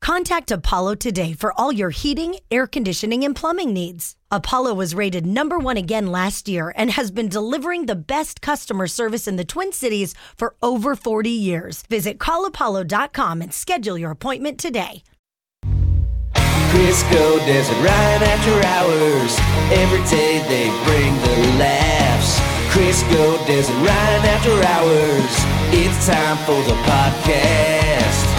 Contact Apollo today for all your heating, air conditioning, and plumbing needs. Apollo was rated number one again last year and has been delivering the best customer service in the Twin Cities for over 40 years. Visit callapollo.com and schedule your appointment today. Crisco Desert Ryan after hours. Every day they bring the laughs. Crisco Desert Ryan after hours. It's time for the podcast.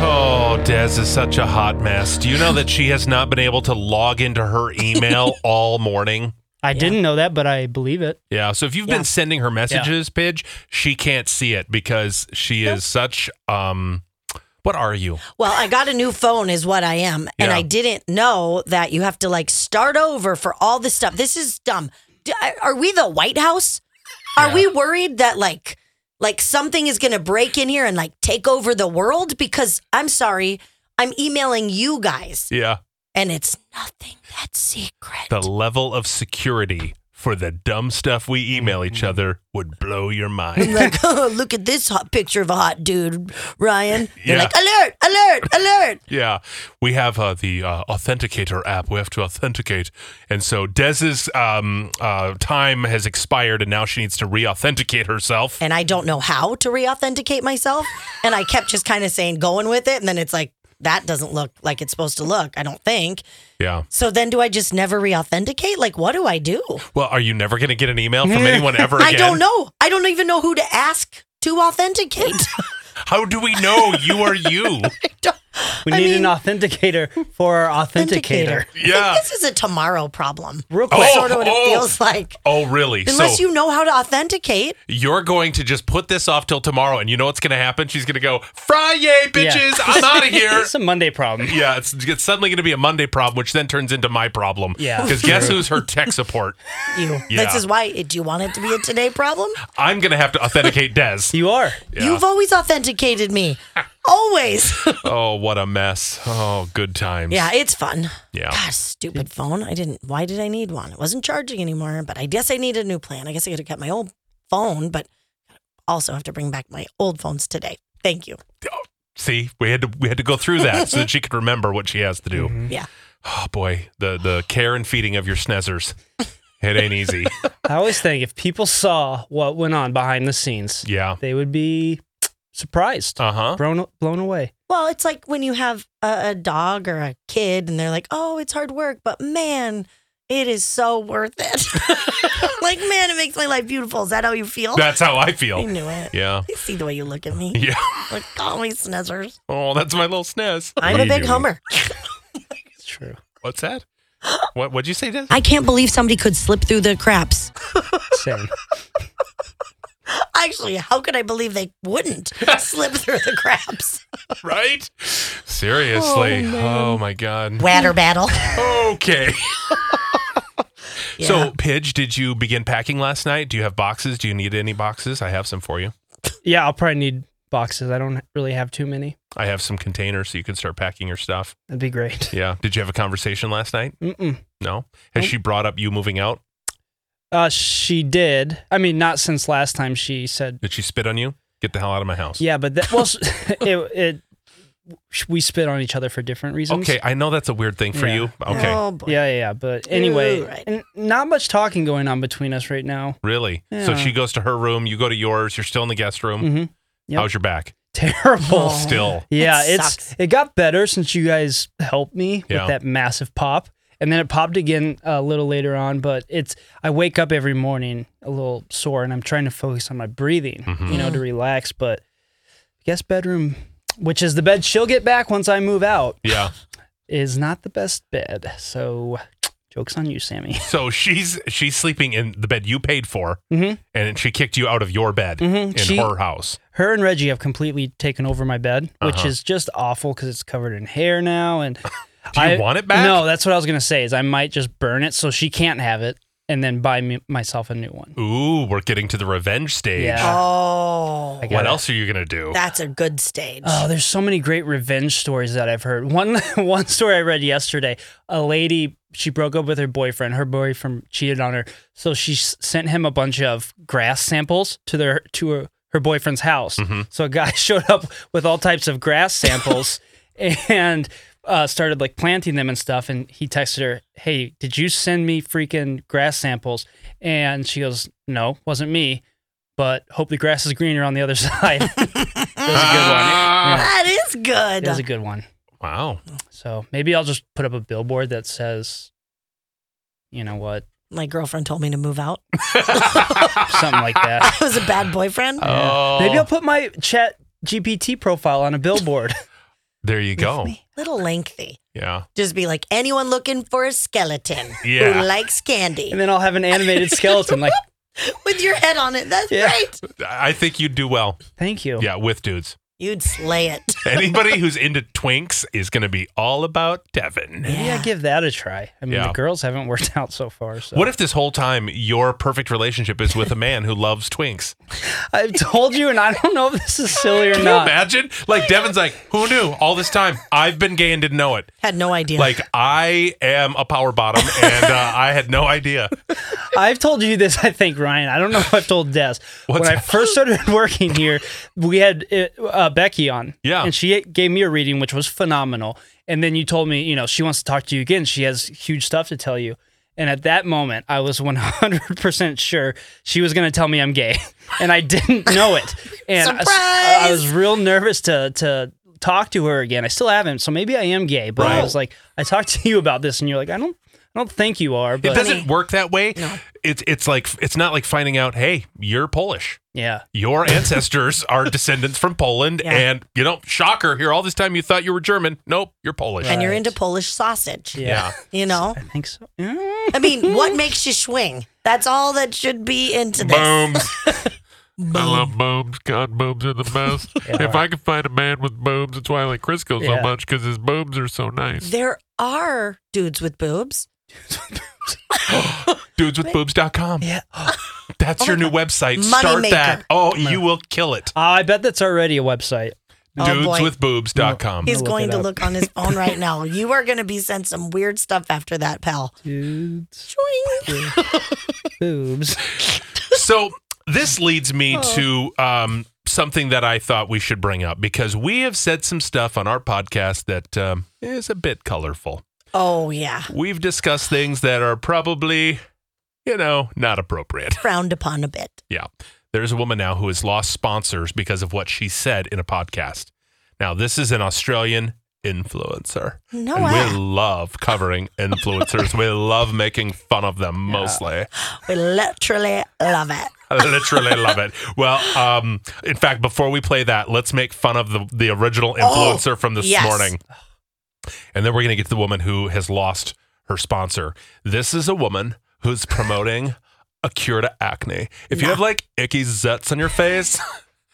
Oh, Des is such a hot mess. Do you know that she has not been able to log into her email all morning? I didn't know that, but I believe it. Yeah. So if you've Yeah. been sending her messages, Pidge, she can't see it because she is such um what are you? Well, I got a new phone, is what I am. And Yeah. I didn't know that you have to like start over for all this stuff. This is dumb. D- Are we the White House? Are we worried that like, like something is going to break in here and like take over the world? Because I'm sorry, I'm emailing you guys Yeah. and it's nothing that's secret. The level of security for the dumb stuff we email Mm-hmm. each other would blow your mind. like, oh, look at this hot picture of a hot dude, Ryan. You're Yeah. like, alert, alert, alert. Yeah, we have uh, the uh, authenticator app. We have to authenticate, and so Dez's um, uh, time has expired, and now she needs to re-authenticate herself. and I don't know how to re-authenticate myself. And I kept just kind of saying going with it, and then it's like that doesn't look like it's supposed to look. I don't think. Yeah. So then, do I just never re-authenticate? Like, what do I do? Well, are you never going to get an email from anyone ever again? I don't know. I don't even know who to ask to authenticate. How do we know you are you? We I need mean- an authenticator for our authenticator. Yeah. This is a tomorrow problem. Real Oh, quick. sort of what oh. it feels like. Oh, really? Unless so you know how to authenticate. you're going to just put this off till tomorrow, and you know what's going to happen? She's going to go, "Friday, Yeah. bitches! I'm out of here." It's a Monday problem. Yeah, it's, it's suddenly going to be a Monday problem, which then turns into my problem. Yeah. Because guess who's her tech support? You. Yeah. This is why. Do you want it to be a today problem? I'm going to have to authenticate Dez. You are. Yeah. You've always authenticated me. Always. Oh, what a mess. Oh, good times. Yeah, it's fun. Yeah. Gosh, stupid phone. I didn't. Why did I need one? It wasn't charging anymore. But I guess I need a new plan. I guess I could have kept my old phone, but also have to bring back my old phones today. Thank you. See, we had to we had to go through that so that she could remember what she has to do. Yeah. Oh boy, the the care and feeding of your snezzers. It ain't easy. I always think if people saw what went on behind the scenes, Yeah. they would be surprised, Uh-huh. blown, blown away. Well, it's like when you have a, a dog or a kid, and they're like, "Oh, it's hard work, but man, it is so worth it." like, man, it makes my life beautiful. Is that how you feel? That's how I I feel. knew it. Yeah. I see the way you look at me. Yeah. Like, call me snizzers. Oh, that's my little snez. I'm What a are you big doing? hummer. It's true. What's that? What what'd you say, Des? I can't believe somebody could slip through the craps. Same. Actually, how could I believe they wouldn't slip through the craps? Right? Seriously. Oh, my god. Watter battle. Okay. Yeah. So, Pidge, did you begin packing last night? Do you have boxes? Do you need any boxes? I have some for you. Yeah, I'll probably need boxes. I don't really have too many. I have some containers so you can start packing your stuff. That'd be great. Yeah. Did you have a conversation last night? Mm-mm. No. Has she brought up you moving out? Uh, she did. I mean, not since last time she said. Did she spit on you? Get the hell out of my house. Yeah, but that well, s- it, it we spit on each other for different reasons. Okay. I know that's a weird thing for Yeah. you. Okay. Oh, boy. Yeah, yeah, yeah. But anyway, Ooh, right. n- not much talking going on between us right now. Really? So Yeah. she goes to her room. You go to yours. You're still in the guest room. hmm Yep. How's your back? Terrible. Oh. Still. Yeah, That it's sucks. it got better since you guys helped me Yeah. with that massive pop, and then it popped again a little later on. But it's I wake up every morning a little sore, and I'm trying to focus on my breathing, you know, to relax. But I guess bedroom, which is the bed she'll get back once I move out, Yeah. is not the best bed. So jokes on you, Sammy. So she's she's sleeping in the bed you paid for, Mhm. and she kicked you out of your bed Mhm. in She- her house. Her and Reggie have completely taken over my bed, which Uh-huh. is just awful because it's covered in hair now, and Do you want it back? No, that's what I was gonna say. Is I might just burn it so she can't have it, and then buy me, myself a new one. Ooh, we're getting to the revenge stage. Yeah. Oh, I got What it. else are you gonna do? that's a good stage. Oh, there's so many great revenge stories that I've heard. One one story I read yesterday: a lady she broke up with her boyfriend. Her boyfriend cheated on her, so she s- sent him a bunch of grass samples to their to her, her boyfriend's house. So a guy showed up with all types of grass samples. and uh, started like planting them and stuff. And he texted her, "Hey, did you send me freaking grass samples?" And she goes, "No, wasn't me." But hope the grass is greener on the other side. that was a good one. Yeah, That is that good. was a good one. Ah! Wow. So maybe I'll just put up a billboard that says, you know what, My girlfriend told me to move out. something like that. I was a bad boyfriend. Oh. Maybe I'll put my chat GPT profile on a billboard. There you go. Little lengthy. Yeah. Just be like anyone looking for a skeleton Yeah. who likes candy and then I'll have an animated skeleton. Like, with your head on it. That's Yeah. right. I think you'd do well. thank you. Yeah, with dudes. You'd slay it. Anybody who's into twinks is going to be all about Devin. Maybe I give that a try. I mean, Yeah. the girls haven't worked out so far. So What if this whole time your perfect relationship is with a man who loves twinks? I've told you, and I don't know if this is silly or Can you not. imagine? Like Devin's like, who knew? All this time I've been gay and didn't know it. Had no idea. Like I am a power bottom and uh, I had no idea. I've told you this, I think, Ryan. I don't know if I've told Des. when What's I that? first started working here, we had uh, uh, Becky on. Yeah. And she gave me a reading, which was phenomenal. And then you told me, you know, she wants to talk to you again. She has huge stuff to tell you. And at that moment, I was 100% sure she was going to tell me I'm gay. And I didn't know it. And I s- I, Surprise! was real nervous to, to talk to her again. I still haven't. So maybe I am gay. But I Right. was like, I talked to you about this. And you're like, I don't. I don't think you are, It but doesn't work that way. It's it's like it's not like finding out, hey, you're Polish. yeah. Your ancestors are descendants from Poland, Yeah. and you know, shocker, here all this time you thought you were German. Nope, you're Polish. and you're Right. into Polish sausage. Yeah. You know? I think so. Mm. I mean, what makes you swing? That's all that should be into this. Boobs. I love boobs. God, boobs are the best. If I could find a man with boobs, that's why I like Crisco Yeah. so much because his boobs are so nice. There are dudes with boobs. Dudeswithboobs.com. Yeah. Oh That's your new website. Moneymaker. Start that. Oh, you will kill it. I bet that's already a website. Oh, boy. Dudeswithboobs.com. He's look going it to up. look on his phone right now. You are going to be sent some weird stuff after that, pal. Dudes, Boing. boobs. so this leads me Oh. to um, something that I thought we should bring up because we have said some stuff on our podcast that um, is a bit colorful. Oh, yeah. We've discussed things that are probably, you know, not appropriate. Frowned upon a bit. Yeah. There's a woman now who has lost sponsors because of what she said in a podcast. Now, this is an Australian influencer. No and way. we love covering influencers. we love making fun of them mostly. We literally love it. I literally love it. Well, um, in fact, before we play that, let's make fun of the, the original influencer from this yes. morning. And then we're going to get to the woman who has lost her sponsor. This is a woman who's promoting a cure to acne. If you have like icky zets on your face,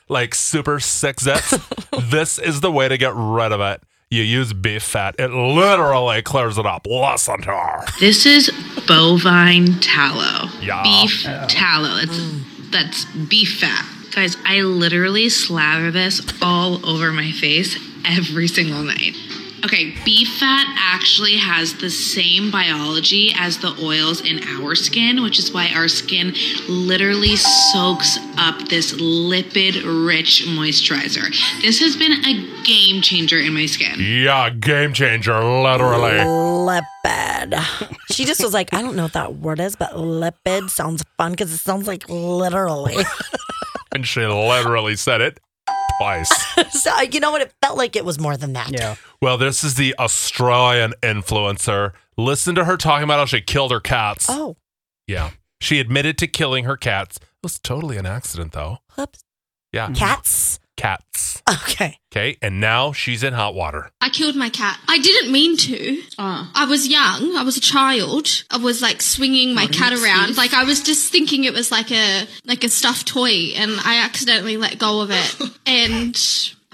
like super sick zets, this is the way to get rid of it. You use beef fat. It literally clears it up. Listen to her. This is bovine tallow. Yeah. Beef tallow. It's, That's beef fat. Guys, I literally slather this all over my face every single night. Okay, beef fat actually has the same biology as the oils in our skin, which is why our skin literally soaks up this lipid rich moisturizer. This has been a game changer in my skin. Yeah, game changer, literally. Lipid. She just was like, I don't know what that word is, but lipid sounds fun because it sounds like literally. And she literally said it twice. so, you know what? It felt like it was more than that. Yeah. Well, this is the Australian influencer. Listen to her talking about how she killed her cats. Oh, Yeah. She admitted to killing her cats. It was totally an accident, though. whoops. Yeah. Cats. Cats. Okay. Okay. And now she's in hot water. I killed my cat. I didn't mean to. I was young. I was a child. I was like swinging my cat around. Like I was just thinking it was like a like a stuffed toy, and I accidentally let go of it, and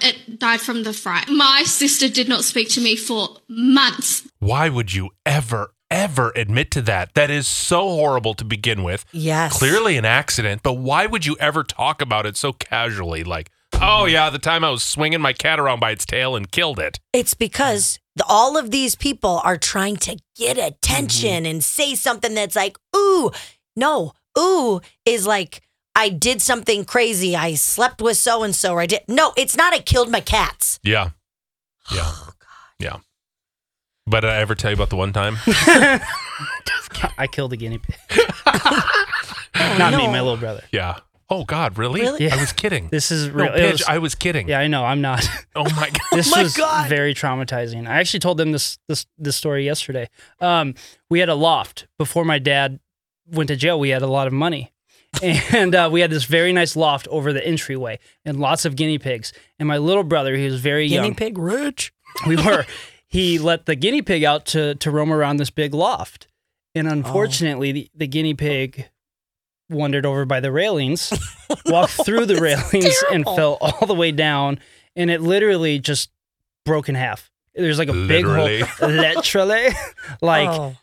it died from the fright. My sister did not speak to me for months. Why would you ever, ever admit to that? That is so horrible to begin with. Yes. Clearly an accident, but why would you ever talk about it so casually? Like, oh, yeah, the time I was swinging my cat around by its tail and killed it. It's because the, all of these people are trying to get Mm-hmm. attention and say something that's like, ooh, no, ooh is like, I did something crazy. I slept with so and so, or I did. No, it's not. I killed my cats. Oh, Yeah. Yeah. Yeah. But did I ever tell you about the one time? I killed a guinea pig. Not me, my little brother. yeah. Oh God, really? Really? I was kidding. This is no, real. it Pidge, was- I was kidding. yeah, I know. I'm not. Oh my God. This my was God. very traumatizing. I actually told them this this this story yesterday. Um, we had a loft before my dad went to jail. We had a lot of money, and uh, we had this very nice loft over the entryway and lots of guinea pigs. And my little brother, he was very Guinea young. pig rich. we were. He let the guinea pig out to to roam around this big loft, and Oh. unfortunately, the, the guinea pig wandered over by the railings, walked through the railings, and terrible. fell all the way down, and it literally just broke in half. There's like a Literally. big hole, literally, like Oh.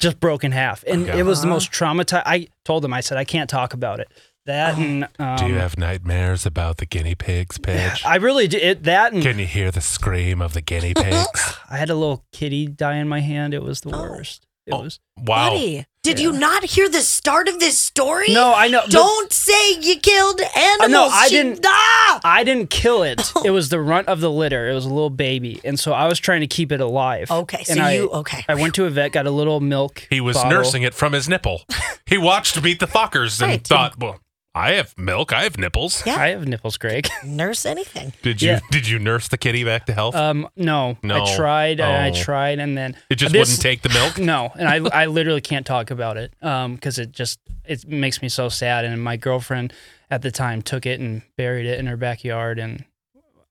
just broke in half, and Okay. Uh-huh. it was the most traumatized. I told him, I said, I can't talk about it. That Oh, and um, Do you have nightmares about the guinea pigs, Pidge? I really did it, that, and Can you hear the scream of the guinea pigs? I had a little kitty die in my hand. It was the worst. It Oh. was. wow. Buddy, did you not hear the start of this story? No, I know. but Don't say you killed animals. No, I She- didn't- Ah! I didn't kill it. It was the runt of the litter. It was a little baby, and so I was trying to keep it alive. Okay, so And I- you- okay. I went to a vet, got a little milk. He was bottle. nursing it from his nipple. he watched Meet the Fockers and Right. thought, well, I have milk. I have nipples. Yeah. I have nipples, Greg. Nurse anything. Did you Yeah. did you nurse the kitty back to health? Um, no, No. I tried. and I Oh. tried, and then it just this- wouldn't take the milk. No, and I I literally can't talk about it um because it just it makes me so sad. And my girlfriend at the time took it and buried it in her backyard, and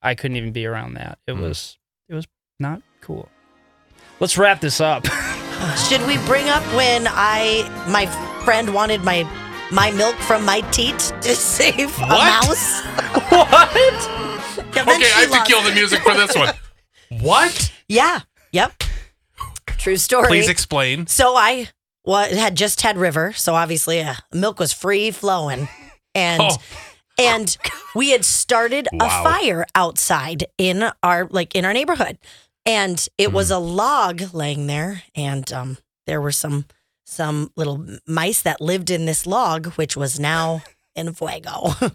I couldn't even be around that. Hmm. It was it was not cool. Let's wrap this up. Should we bring up when I my friend wanted my my milk from my teat to save a mouse? what? Yeah, then Okay, she I have to lost kill the it. music for this one. What? Yeah. Yep. True story. Please explain. So I well, had just had river, so obviously uh, milk was free flowing, and Oh. and we had started Wow. a fire outside in our like in our neighborhood, and it Hmm. was a log laying there, and um, there were some some little mice that lived in this log, which was now in fuego, Oh.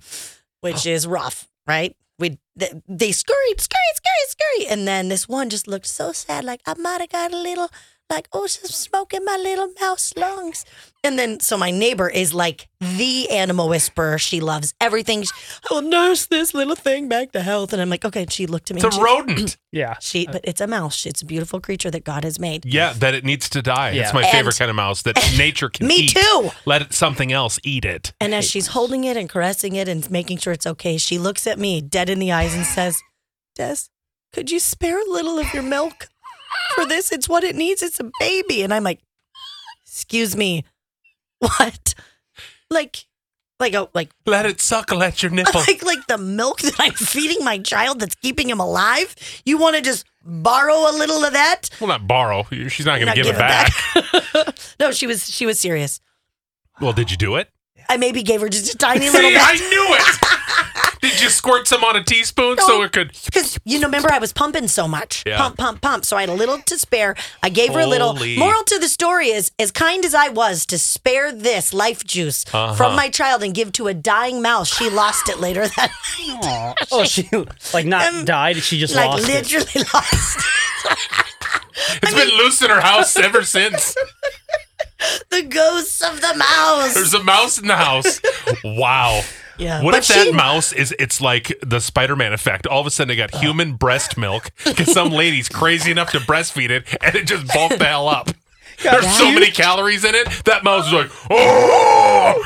which is rough, right? We th- they scurried, scurried, scurried, scurried, and then this one just looked so sad, like I might have got a little, like oh, some smoke in my little mouse lungs. And then so my neighbor is like the animal whisperer. She loves everything. She, I will nurse this little thing back to health. And I'm like, okay. And she looked at me. It's a and she- rodent. Yeah. She, but it's a mouse. It's a beautiful creature that God has made. yeah, that it needs to die. Yeah. It's my favorite And- kind of mouse that nature can Me eat. too. Let it, something else eat it. And as she's holding it and caressing it and making sure it's okay, she looks at me dead in the eyes and says, Des, could you spare a little of your milk for this? It's what it needs. It's a baby. And I'm like, excuse me, what? Like, like a like Let it suckle at your nipple. like like the milk that I'm feeding my child that's keeping him alive. You want to just borrow a little of that? well, not borrow. She's not going Not to give, it back. back. no, she was she was serious. Well, did you do it? I maybe gave her just a tiny little See, bit. I knew it. did you squirt some on a teaspoon so No. it could? Because you know, remember I was pumping so much, Yeah. pump, pump, pump. So I had a little to spare. I gave her a little. Holy. Moral to the story is, as kind as I was to spare this life juice Uh-huh. from my child and give to a dying mouse, she lost it later. That Aw. Oh, she like not Um, died. She just like lost it. literally lost. It's been loose in her house ever since. The ghosts of the mouse. There's a mouse in the house. Wow. yeah, What but if that she- mouse is? It's like the Spider-Man effect. All of a sudden, it Uh. got human breast milk because some lady's crazy enough to breastfeed it, and it just bulked the hell up. There's so many calories in it. That mouse is like, oh,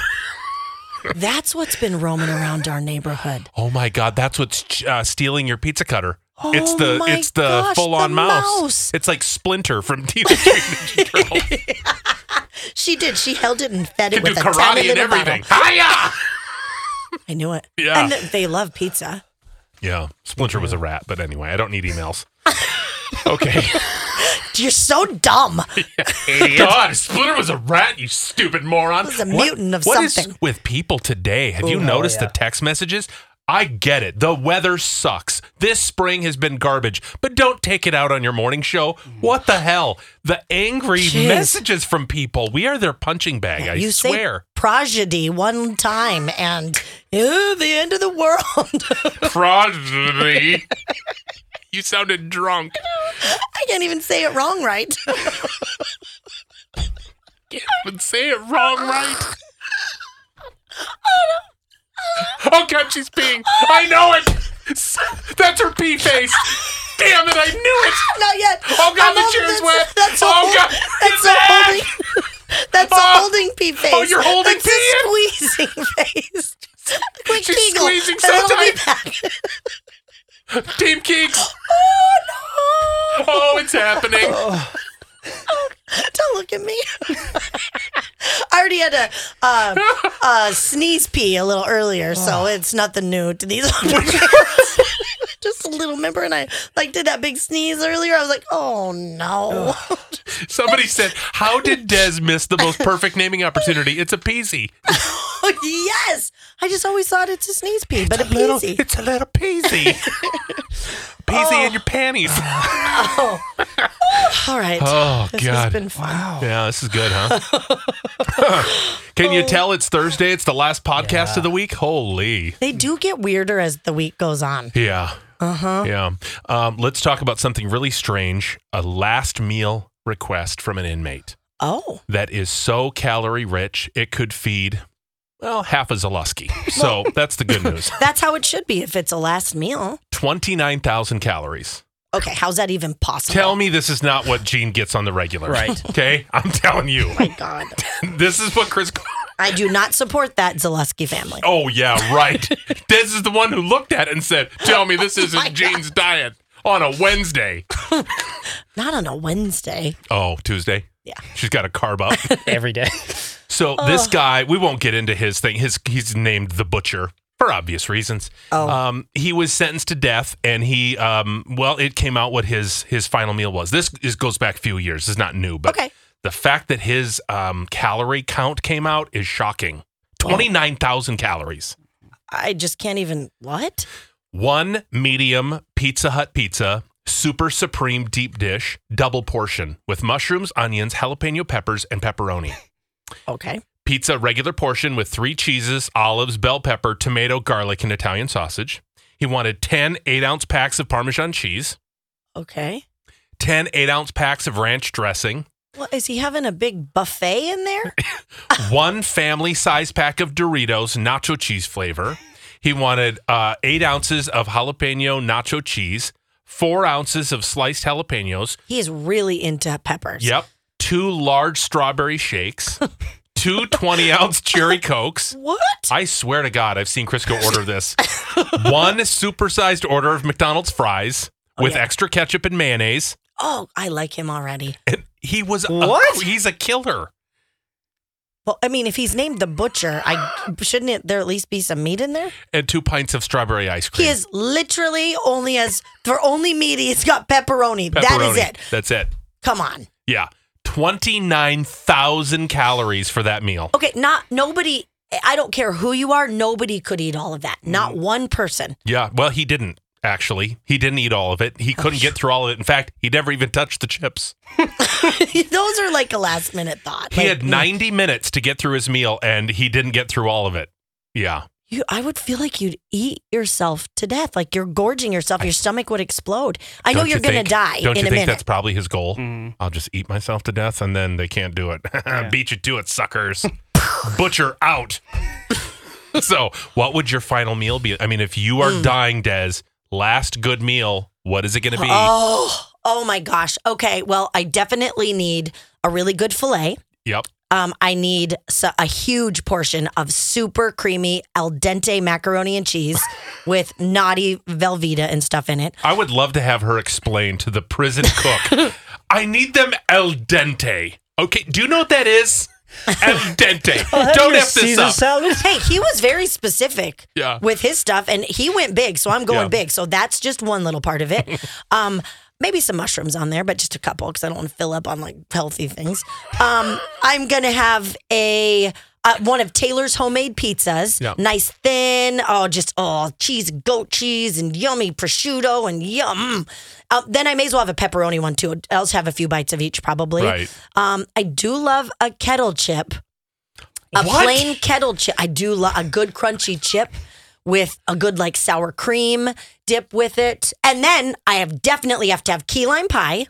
That's what's been roaming around our neighborhood. oh my god, that's what's uh, stealing your pizza cutter. it's Oh the my it's the gosh, full on the mouse. mouse. It's like Splinter from Teenage Mutant Ninja Turtles. She did. She held it and fed it Can do with a tiny karate and little everything. bottle. Hiya! I knew it. Yeah. and th- they love pizza. Yeah, Splinter was a rat, but anyway, I don't need emails. Okay. You're so dumb. God, Splinter was a rat, you stupid moron. It's a mutant of What is something. with people today? Have you Oh, noticed yeah. the text messages? I get it. The weather sucks. This spring has been garbage, but don't take it out on your morning show. What the hell? The angry Jeez. messages from people. We are their punching bag. I you swear. say prodigy one time and "Ew, the end of the world. Prodigy. you sounded drunk. I can't even say it wrong right. But say it wrong, right? Oh god, she's peeing. I know it. That's her pee face. Damn it! I knew it. Not yet. Oh I god, the love chair's this. wet. That's a oh whole- god, That's it's a back. holding. That's a Oh. holding pee face. you're holding that's pee a squeezing face. Quick She's Kegel, squeezing and so it'll be tight. back. Team Keeks. Oh no! Oh, it's happening. Don't look at me. I already had a uh, uh, sneeze pee a little earlier, so it's nothing new to these. Just a little. Remember, and I like did that big sneeze earlier. I was like, oh no. Somebody said, "How did Des miss the most perfect naming opportunity? It's a peasy. yes. I just always thought it's a sneeze pee, but a, Little, peasy. it's a little peasy. peasy Oh. in your panties. All right. Oh this has god. been fun. Yeah, this is good, huh? Can Oh. you tell it's Thursday? It's the last podcast of the week. Holy. They do get weirder as the week goes on. Yeah. Uh-huh. Uh huh. Yeah. Um, let's talk about something really strange a last meal request from an inmate Oh, that is so calorie rich, it could feed, well, half a Zaluski. So that's the good news that's how it should be if it's a last meal. 29,000 calories. Okay, how's that even possible? Tell me this is not what Gene gets on the regular. Right. Okay. I'm telling you. My God, This is what Chris. I do not support that Zaleski family. Oh, yeah, right. this is the one who looked at it and said, Tell me this Oh my God. isn't Gene's diet on a Wednesday. Not on a Wednesday. Oh, Tuesday? Yeah. She's got a carb up. every day. So this guy, we won't get into his thing. His he's named the butcher for obvious reasons. Oh. Um, he was sentenced to death, and he, um, well, it came out what his his final meal was. This is, goes back a few years. It's not new, but Okay. the fact that his um, calorie count came out is shocking. Twenty nine thousand calories. I just can't even. What? One medium Pizza Hut pizza, super supreme deep dish, double portion with mushrooms, onions, jalapeno peppers, and pepperoni. Okay. Pizza regular portion with three cheeses, olives, bell pepper, tomato, garlic, and Italian sausage. He wanted 10 8 ounce packs of Parmesan cheese, Okay. 10 8 ounce packs of ranch dressing, Well, is he having a big buffet in there? one family size pack of Doritos nacho cheese flavor. He wanted uh, 8 ounces of jalapeno nacho cheese, 4 ounces of sliced jalapenos. He is really into peppers. Yep. Two large strawberry shakes, two 20 ounce cherry cokes. What? I swear to God, I've seen Crisco order this. One supersized order of McDonald's fries with Oh, yeah. extra ketchup and mayonnaise. Oh, I like him already. And he was a- What? he's a killer. Well, I mean, if he's named the butcher, I shouldn't it, there at least be some meat in there? And two pints of strawberry ice cream. He is literally only as for only meat. He's got pepperoni. That is Pepperoni. it. That's it. Come on. Yeah. 29,000 calories for that meal. Okay. Not nobody. I don't care who you are. Nobody could eat all of that. Not Mm. one person. Yeah. Well, he didn't actually. He didn't eat all of it. He couldn't Oh. get through all of it. In fact, he never even touched the chips. Those are like a last minute thought. He Like, mm. had 90 minutes to get through his meal and he didn't get through all of it. Yeah. You, I would feel like you'd eat yourself to death. Like you're gorging yourself. Your stomach would explode. I know Don't you you're going think- to die Don't in a you think minute. that's probably his goal? Mm. I'll just eat myself to death, and then they can't do it. Yeah. Beat you to it, suckers. Butcher out. so, what would your final meal be? I mean, if you Mm. are dying, Des, last good meal, what is it going to be? Oh, oh my gosh. Okay. Well, I definitely need a really good filet. Yep. Um, I need so, a huge portion of super creamy al dente macaroni and cheese with naughty Velveeta and stuff in it. I would love to have her explain to the prison cook. I need them el dente. Okay, do you know what that is? El dente. Oh, Don't Your f this Caesar up. salad. Hey, he was very specific Yeah. with his stuff and he went big, so I'm going Yeah. big. So that's just one little part of it. um maybe some mushrooms on there, but just a couple cuz I don't want to fill up on like healthy things. Um I'm going to have a uh, one of Taylor's homemade pizzas, Yeah. nice thin, oh just oh cheese, goat cheese, and yummy prosciutto, and yum. Uh, then I may as well have a pepperoni one too. I'll just have a few bites of each probably. Right. Um, I do love a kettle chip. A What? plain kettle chip. I do love a good crunchy chip with a good like sour cream dip with it. And then I have definitely have to have key lime pie.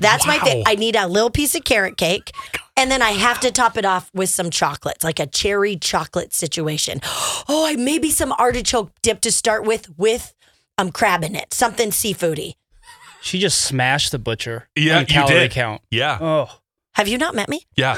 That's my thing. Wow. Oh I need a little piece of carrot cake. And then I have to top it off with some chocolates, like a cherry chocolate situation. Oh, I maybe some artichoke dip to start with with um crab in it. Something seafoody. She just smashed the butcher. Yeah, on you calorie did. count. Yeah. Oh, Have you not met me? Yeah.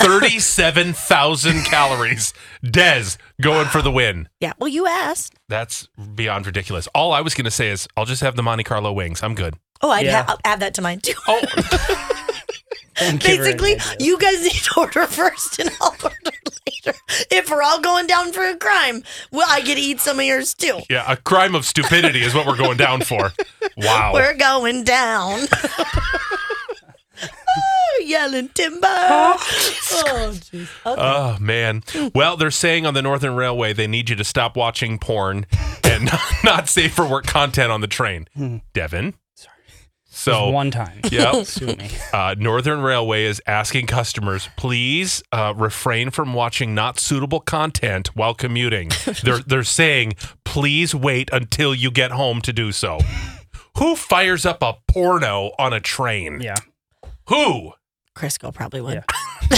37,000 calories. Dez going for the win. Yeah. Well, you asked. That's beyond ridiculous. All I was going to say is I'll just have the Monte Carlo wings. I'm good. Oh, I'd Yeah. ha- I'll add that to mine too. Oh, don't give her any Basically, idea. you guys need to order first and I'll order later. If we're all going down for a crime, well, I get to eat some of yours too. yeah. A crime of stupidity is what we're going down for. Wow. We're going down. Oh, Yelling timber. Oh, jeez. Okay. Oh, man. Well, they're saying on the Northern Railway they need you to stop watching porn and not safe for work content on the train. Devin. Sorry. So. Just one time. Yep. Sue me. Uh, Northern Railway is asking customers, please uh, refrain from watching not suitable content while commuting. they're they're saying, please wait until you get home to do so. Who fires up a porno on a train? Yeah. Who? Crisco probably would.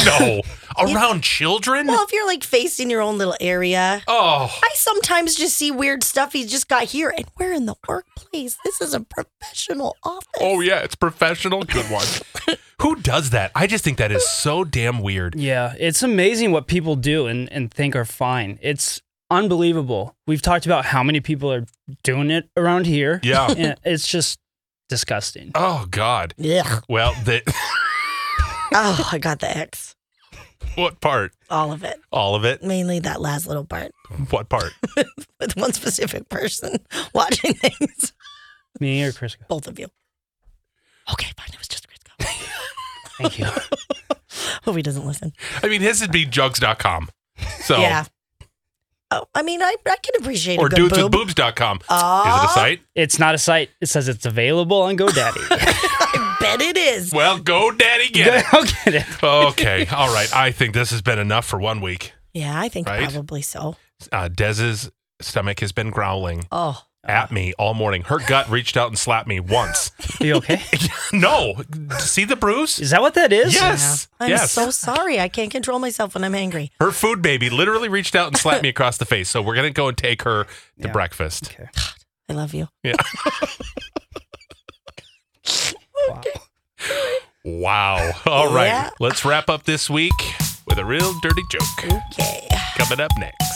No, around children? Well, if you're like facing your own little area, Oh, I sometimes just see weird stuff he's just got here, and we're in the workplace. This is a professional office. oh yeah, it's professional. Good one. Who does that? I just think that is so damn weird. Yeah, it's amazing what people do and, and think are fine. It's unbelievable. We've talked about how many people are doing it around here. Yeah. And it's just disgusting. Oh God. Ugh. Well, the Oh, I got the X. what part? All of it. All of it. Mainly that last little part What part? with one specific person watching things. Me or Chris? Both of you. Okay, fine. It was just Crisco. Thank you. Hope he doesn't listen. I mean, his would be jugs.com. So, Yeah. Oh, I mean, I, I can appreciate or a good boob. Uh-huh. dudeswithboobs.com. Is it Aw, a site? It's not a site. It says it's available on GoDaddy. I bet it is. Well, go daddy get it. I'll get it. Okay. All right. I think this has been enough for one week. Yeah, I think Right? probably so. Uh, Dez's stomach has been growling Oh, at me all morning. Her gut reached out and slapped me once. Are you okay? no. See the bruise? Is that what that is? Yes. I'm yes. so sorry. I can't control myself when I'm angry. her food baby literally reached out and slapped me across the face. So we're going to go and take her to Yeah. breakfast. Okay. I love you. Wow. Wow. All right. Yeah. Let's wrap up this week with a real dirty joke Okay. coming up next.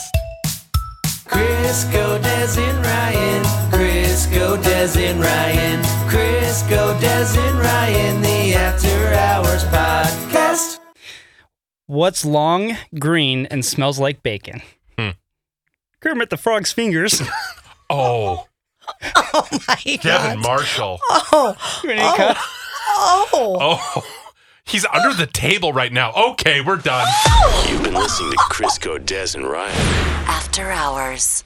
Crisco Des and Ryan. Crisco Des and Ryan. Crisco Des and Ryan. The After Hours Podcast. What's long, green, and smells like bacon? Hmm. Kermit the Frog's fingers. Oh, Oh my Devin god. Marshall. Oh, You wanna cut? oh. Oh, he's under the table right now. Okay, we're done. You've been listening to Crisco, Des, and Ryan. After Hours.